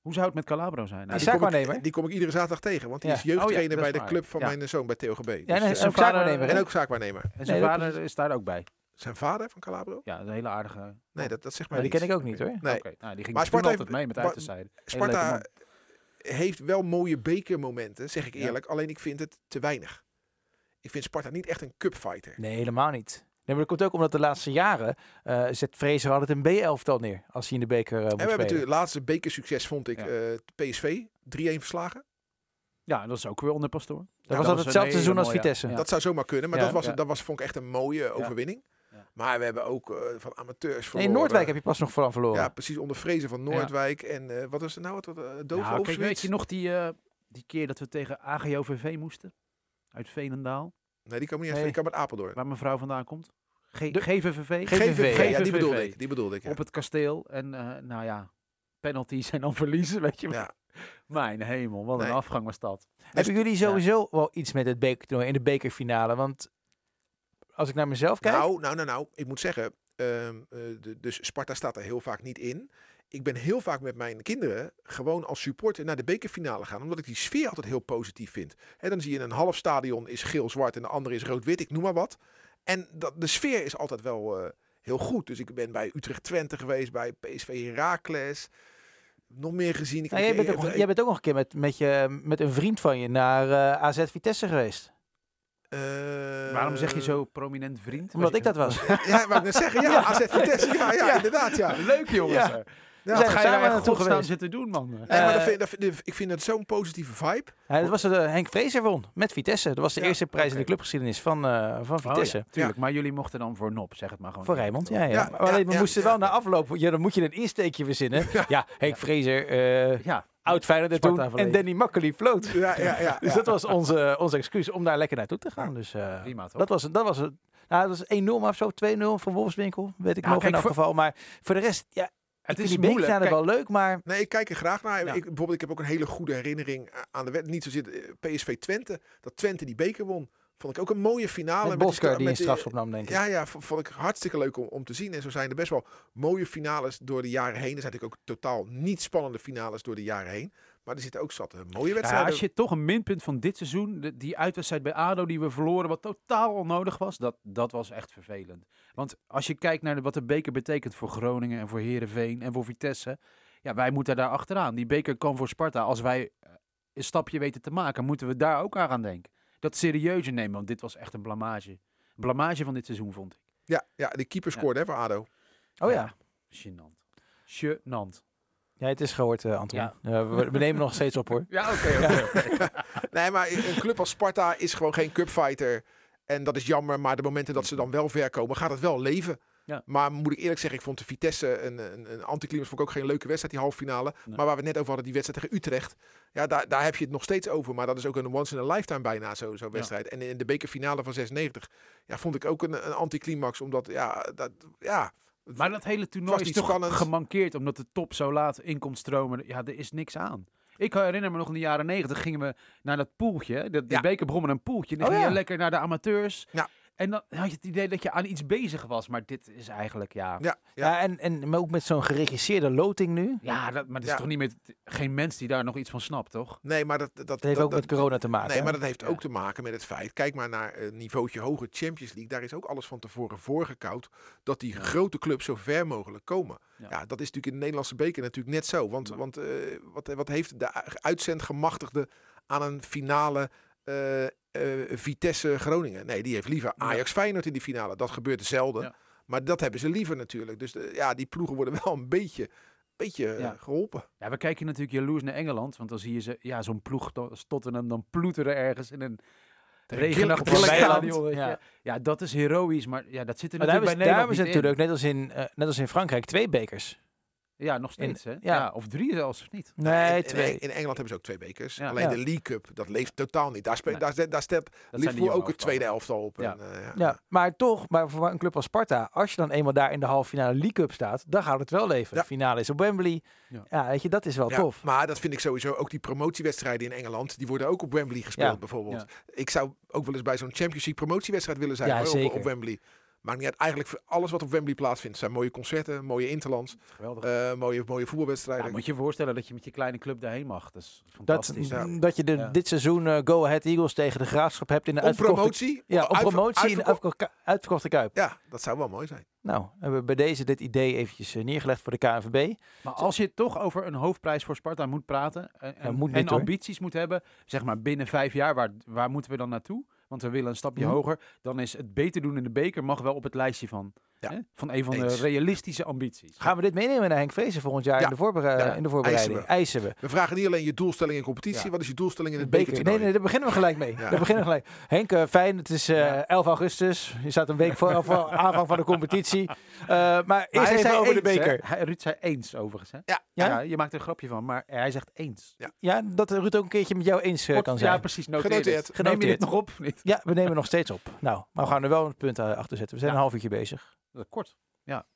C: Hoe zou het met Calabro zijn?
B: Die
D: Nou, die, kom
B: zaakwaarnemer?
D: ik, die kom ik iedere zaterdag tegen, want die
B: Ja.
D: is jeugdtrainer
C: Oh ja, dat
D: bij
C: is
D: de
C: waar.
D: club van
C: Ja.
D: mijn zoon bij TOGB. Dus,
B: Ja, en hij is
D: eh,
B: ook
C: vader-
B: zaakwaarnemer, hè?
D: en ook zaakwaarnemer.
C: En zijn
B: Nee, dat
C: vader is daar ook bij.
D: Zijn vader van Calabro?
C: Ja, een hele aardige.
D: Nee, dat, dat zegt mij
B: Maar die ken
D: niets.
B: ik ook niet hoor.
D: Nee.
C: Oké, nou, die ging
D: Maar
C: toen
D: Sparta
C: altijd
D: heeft-
C: mee met
D: Bar-
C: uit te zijden. Hele leuke
D: Sparta
C: man.
D: heeft wel mooie bekermomenten, zeg ik
C: Ja.
D: eerlijk. Alleen ik vind het te weinig. Ik vind Sparta niet echt een cupfighter.
B: Nee, helemaal niet. Nee, maar dat komt ook omdat de laatste jaren eh zet Fraser altijd een B-elftal neer als hij in de beker eh moet
D: En we hebben
B: spelen.
D: natuurlijk het laatste bekersucces, vond ik,
C: Ja.
D: eh, PSV. 3-1 verslagen.
C: Ja, dat is ook weer onder Pastoor.
B: dat was altijd
C: een
B: hetzelfde
C: hele
B: seizoen als
C: mooie-
B: Vitesse.
C: Ja.
D: Dat zou zomaar kunnen, maar
B: Ja.
D: dat, was,
C: Ja.
D: dat was, vond ik echt een mooie overwinning.
C: Ja.
D: Maar we hebben ook eh, van amateurs
B: Nee,
D: verloren.
B: in Noordwijk heb je pas nog van verloren.
D: Ja, precies, onder vrezen van Noordwijk. En eh, wat was er nou? Wat, wat, eh, Dovo
C: Nou,
D: of
C: kijk, weet
D: zoiets?
C: je nog die, eh, die keer dat we tegen AGOVV moesten? Uit Veenendaal,
D: Nee, die kwam niet uit,
B: Nee.
D: die kwam uit Apeldoorn.
C: waar mijn vrouw vandaan komt. G
B: De-
C: GVVV.
B: GVV.
D: GVV, ja, die
C: GVV.
D: bedoelde ik. Die bedoelde ik, ja.
C: Op het kasteel. En eh, nou ja, penalties en dan verliezen, weet je.
D: Ja.
C: Mijn hemel, wat een
D: Nee.
C: afgang was dat.
B: Hebben jullie
C: Ja.
B: sowieso wel iets met het bekertoernooi in de bekerfinale? Want als ik naar mezelf kijk,
D: Nou, nou, nou, nou, ik moet zeggen, ehm, eh, de- dus Sparta staat er heel vaak niet in. Ik ben heel vaak met mijn kinderen gewoon als supporter naar de bekerfinale gaan, omdat ik die sfeer altijd heel positief vind. Hè, dan zie je een half stadion is geel-zwart en de andere is rood-wit, ik noem maar wat. En dat, de sfeer is altijd wel eh, heel goed. Dus ik ben bij Utrecht-Twente geweest, bij PSV Heracles, nog meer gezien. Ik
B: nou,
D: heb
B: jij,
D: een
B: bent ook,
D: keer-
B: nog- jij bent ook nog een keer met, met, je, met een vriend van je naar eh, AZ eh, Vitesse geweest.
C: Waarom zeg je zo prominent vriend?
B: Eh, Omdat ik dat was. We
D: eh, Ja, ik wou net zeggen, ja, AZ Vitesse, ja, ja, inderdaad, ja.
C: Leuk jongens.
B: Ja.
C: hè.
D: Ja.
C: Wat
B: zijn
C: ga
B: er
C: je daar
B: samen
C: in
B: naartoe
C: godsnaam
B: geweest.
C: zitten doen, man?
D: Nee, maar dat
B: Eh,
D: vind, dat vind- ik vind het zo'n positieve vibe.
B: Ja, dat was het, eh, Henk Vrezer won met Vitesse. Dat was de
D: Ja,
B: eerste prijs in
C: oké.
B: de clubgeschiedenis van, eh, van
C: Oh,
B: Vitesse.
C: ja, tuurlijk, maar jullie mochten dan voor Nop, zeg het maar gewoon.
B: Voor Rijmond, ja. ja.
D: Ja,
B: maar alleen,
D: ja,
B: we
D: ja,
B: moesten
D: ja.
B: wel na afloop... Ja, dan moet je een insteekje verzinnen. Ja, Henk Vrezer, eh
C: Ja,
B: oud Feyenoord
C: Sparta
B: toen en
C: verleden.
B: Danny Makkely floot.
D: Ja, ja, ja.
B: Dus dat was onze, ons excuus om daar lekker naartoe te gaan. Dus, eh,
C: prima toch?
B: dat was, dat was, het. nou, dat was 1-0 of zo, 2-0 voor Wolfswinkel. Weet ik
C: Ja,
B: nog
C: kijk,
B: in elk
C: voor-
B: geval. Maar voor de rest, ja,
C: het
B: ik vind die bekerfinale
C: Kijk,
B: wel leuk, maar...
D: Nee, ik kijk er graag naar.
C: Ja.
D: Ik, bijvoorbeeld, ik heb ook een hele goede herinnering aan de wet. Niet zozeer eh, PSV Twente. Dat Twente die beker won. Vond ik ook een mooie finale.
B: Met
D: die-
B: Bosker die een
D: met
B: strafschop nam, denk ik.
D: Ja, ja, v- vond ik hartstikke leuk om, om te zien. En zo zijn er best wel mooie finales door de jaren heen. Er zijn natuurlijk ook totaal niet spannende finales door de jaren heen. Maar er zitten ook zat eh, mooie
C: Ja,
D: wedstrijden.
C: als je toch een minpunt van dit seizoen, de- die uitwedstrijd bij ADO die we verloren, wat totaal onnodig was, dat, dat was echt vervelend. Want als je kijkt naar de- wat de beker betekent voor Groningen en voor Heerenveen en voor Vitesse, ja, wij moeten daar achteraan. Die beker kan voor Sparta, als wij eh, een stapje weten te maken, moeten we daar ook aan gaan denken. Dat serieuze nemen, want dit was echt een blamage. Blamage van dit seizoen, vond ik.
D: Ja, ja, de keeper
C: Ja.
D: scoorde hè, voor ADO.
B: Oh ja.
C: Gênant. Gênant.
B: Ja, het is gehoord, eh, Anton.
C: Ja.
B: Eh, we, we nemen nog steeds op, hoor.
C: Ja, oké, oké.
D: Nee, maar een club als Sparta is gewoon geen cupfighter. En dat is jammer, maar de momenten dat ze dan wel ver komen, gaat het wel leven.
C: Ja.
D: Maar moet ik eerlijk zeggen, ik vond de Vitesse een, een, een anticlimax. Vond ik ook geen leuke wedstrijd, die halve finale.
C: Nee.
D: Maar waar we het net over hadden, die wedstrijd tegen Utrecht. Ja, daar, daar heb je het nog steeds over. Maar dat is ook een once in a lifetime bijna, zo- zo'n wedstrijd. En in de bekerfinale van 96, ja, vond ik ook een, een anticlimax. Omdat, ja, dat, ja,
C: Maar dat hele toernooi
D: was
C: is
D: niet
C: toch
D: spannend.
C: gemankeerd omdat de top zo laat in komt stromen. Ja, er is niks aan. Ik herinner me nog in de jaren negentig gingen we naar dat poeltje. hè. Dat, die
D: Ja.
C: beker begon met een poeltje. Dan
B: Oh
C: ging je
B: ja.
C: lekker naar de amateurs.
D: Ja.
C: En dan had je het idee dat je aan iets bezig was. Maar dit is eigenlijk, ja...
D: ja,
B: Ja,
D: ja.
B: en, en maar ook met zo'n geregisseerde loting nu.
C: Ja, dat, maar het is
D: Ja.
C: toch niet meer... Geen mens die daar nog iets van snapt, toch?
D: Nee, maar dat, dat, dat,
B: Dat heeft ook
D: dat-
B: met corona te maken.
D: Nee, maar
B: hè?
D: dat heeft ook te maken met het feit. Kijk maar naar een niveautje hoger Champions League. Daar is ook alles van tevoren voorgekoud. Dat die grote clubs zo ver mogelijk komen.
C: Ja.
D: Ja. dat is natuurlijk in de Nederlandse beker natuurlijk net zo. Want,
C: Maar-
D: want eh, wat, wat heeft de u- uitzendgemachtigde aan een finale eh, eh, Vitesse-Groningen? Nee, die heeft liever
C: Ja.
D: Ajax-Feyenoord in die finale. Dat gebeurt dus zelden.
C: Ja.
D: Maar dat hebben ze liever natuurlijk. Dus de- ja, die ploegen worden wel een beetje, beetje eh,
C: Ja.
D: geholpen.
C: Ja, we kijken natuurlijk jaloers naar Engeland. Want dan zie je ze, ja, zo'n ploeg to- als Tottenham dan ploeteren ergens in een regenachtig
D: Gilliland.
C: stadion. weet je.
B: Ja.
C: Ja. dat is heroïs, maar ja, dat zit er
B: Maar daar
C: natuurlijk
B: hebben
C: bij
B: ze, daar
C: Nederland
B: hebben ze
C: niet in.
B: natuurlijk, net als, in, eh, net als in Frankrijk, twee bekers.
C: Ja, nog steeds, hè? Ja.
B: ja.
C: of drie zelfs, of niet?
B: Nee,
D: in, in-
B: twee.
D: In, Engeland hebben ze ook twee bekers.
C: Ja.
D: Alleen
B: Ja.
D: de League Cup, dat leeft totaal niet. Daar, spe,
C: Nee.
D: daar, zet- daar step
C: die
D: Liverpool
C: jonge
D: ook het
C: elftal.
D: tweede elftal op.
C: Ja.
D: En, eh, ja.
B: Ja, maar toch, maar voor een club als Sparta, als je dan eenmaal daar in de halve finale League Cup staat, dan gaat het wel leven.
D: Ja.
B: De finale is op Wembley.
C: Ja.
B: Ja. weet je, dat is wel
D: Ja,
B: tof.
D: Maar dat vind ik sowieso. Ook die promotiewedstrijden in Engeland, die worden ook op Wembley gespeeld
B: Ja.
D: bijvoorbeeld.
C: Ja.
D: Ik zou ook wel eens bij zo'n Champions League promotiewedstrijd willen zijn
B: Ja,
D: hoor, op,
B: zeker.
D: op Wembley. Maakt niet uit. Eigenlijk voor alles wat op Wembley plaatsvindt. zijn mooie concerten, mooie interlands,
C: Geweldig.
D: eh, mooie, mooie
C: ja,
D: voetbalwedstrijden.
C: moet je je voorstellen dat je met je kleine club daarheen mag. Dat is
B: dat,
C: fantastisch.
D: ja.
B: dat je de,
C: Ja.
B: dit seizoen eh, Go Ahead Eagles tegen de Graafschap hebt in de
D: om
B: uitverkochte-
D: promotie?
B: Ja, om
D: Uitver-
B: promotie in de
D: uitverko-
B: uitverkochte, uitverkochte Kuip.
D: Ja, dat zou wel mooi zijn.
B: Nou, hebben we bij deze dit idee eventjes eh, neergelegd voor de KNVB.
C: Maar als je toch over een hoofdprijs voor Sparta moet praten en, en,
B: moet
C: en
B: niet, hoor.
C: ambities moet hebben, zeg maar binnen vijf jaar, waar, waar moeten we dan naartoe? Want we willen een stapje
B: Mhm.
C: hoger. Dan is het beter doen in de beker mag wel op het lijstje van,
D: Ja.
C: hè? van een van de
D: Eens.
C: realistische ambities.
B: Gaan we dit meenemen naar Henk Vrezen volgend jaar
D: Ja.
B: in, de voorbere-
D: Ja,
B: in de voorbereiding?
D: eisen
B: Eisen we.
D: We vragen niet alleen je doelstelling in competitie.
C: Ja.
D: Wat is je doelstelling in het
B: Beker. Nee,
D: bekertoernooi?
B: nee, daar beginnen we gelijk mee.
D: Ja.
B: Daar beginnen we gelijk. Henk, eh, fijn. Het is eh,
C: Ja.
B: 11 augustus. Je staat een week voor, voor aanvang van de competitie. Eh, maar
C: Maar
B: eerst
C: hij
B: even
C: zei
B: over de
C: eens, hè?
B: beker.
C: Hij, Ruud zei eens overigens. Hè?
D: Ja.
B: Ja?
C: je maakt er een grapje van, maar hij zegt eens.
B: Ja, dat Ruud ook een keertje met jou eens eh, kan zijn.
C: Ja,
B: Ja,
C: precies. Noteer dit.
D: Genoteerd.
C: Neem je dit
B: Genoteerd.
C: nog op? of Niet?
B: we nemen nog steeds op. Nou, maar we gaan er wel een punt eh, achter zetten. We zijn
C: Ja.
B: een half uurtje bezig.
C: Kort.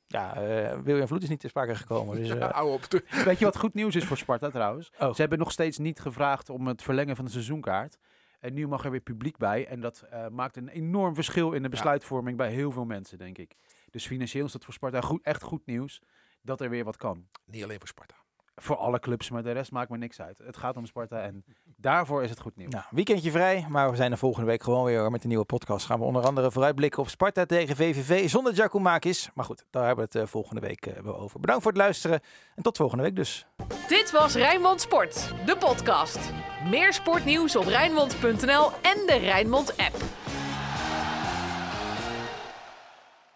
B: Ja, eh William Vloed is niet te sprake gekomen. Dus, eh,
D: Hou op. terug.
C: Weet je wat goed nieuws is voor Sparta trouwens?
B: Oh.
C: Ze hebben nog steeds niet gevraagd om het verlengen van de seizoenkaart. En nu mag er weer publiek bij. En dat eh, maakt een enorm verschil in de besluitvorming bij heel veel mensen, denk ik. Dus financieel is dat voor Sparta goed, echt goed nieuws dat er weer wat kan.
D: Niet alleen voor Sparta.
C: Voor alle clubs, maar de rest maakt me niks uit. Het gaat om Sparta en daarvoor is het goed nieuws.
B: Nou, weekendje vrij, maar we zijn er volgende week gewoon weer hoor, met een nieuwe podcast. Gaan we onder andere vooruitblikken op Sparta tegen VVV zonder Giacomakis. Maar goed, daar hebben we het eh, volgende week eh, wel over. Bedankt voor het luisteren en tot volgende week dus.
A: Dit was Rijnmond Sport, de podcast. Meer sportnieuws op Rijnmond.nl en de Rijnmond app.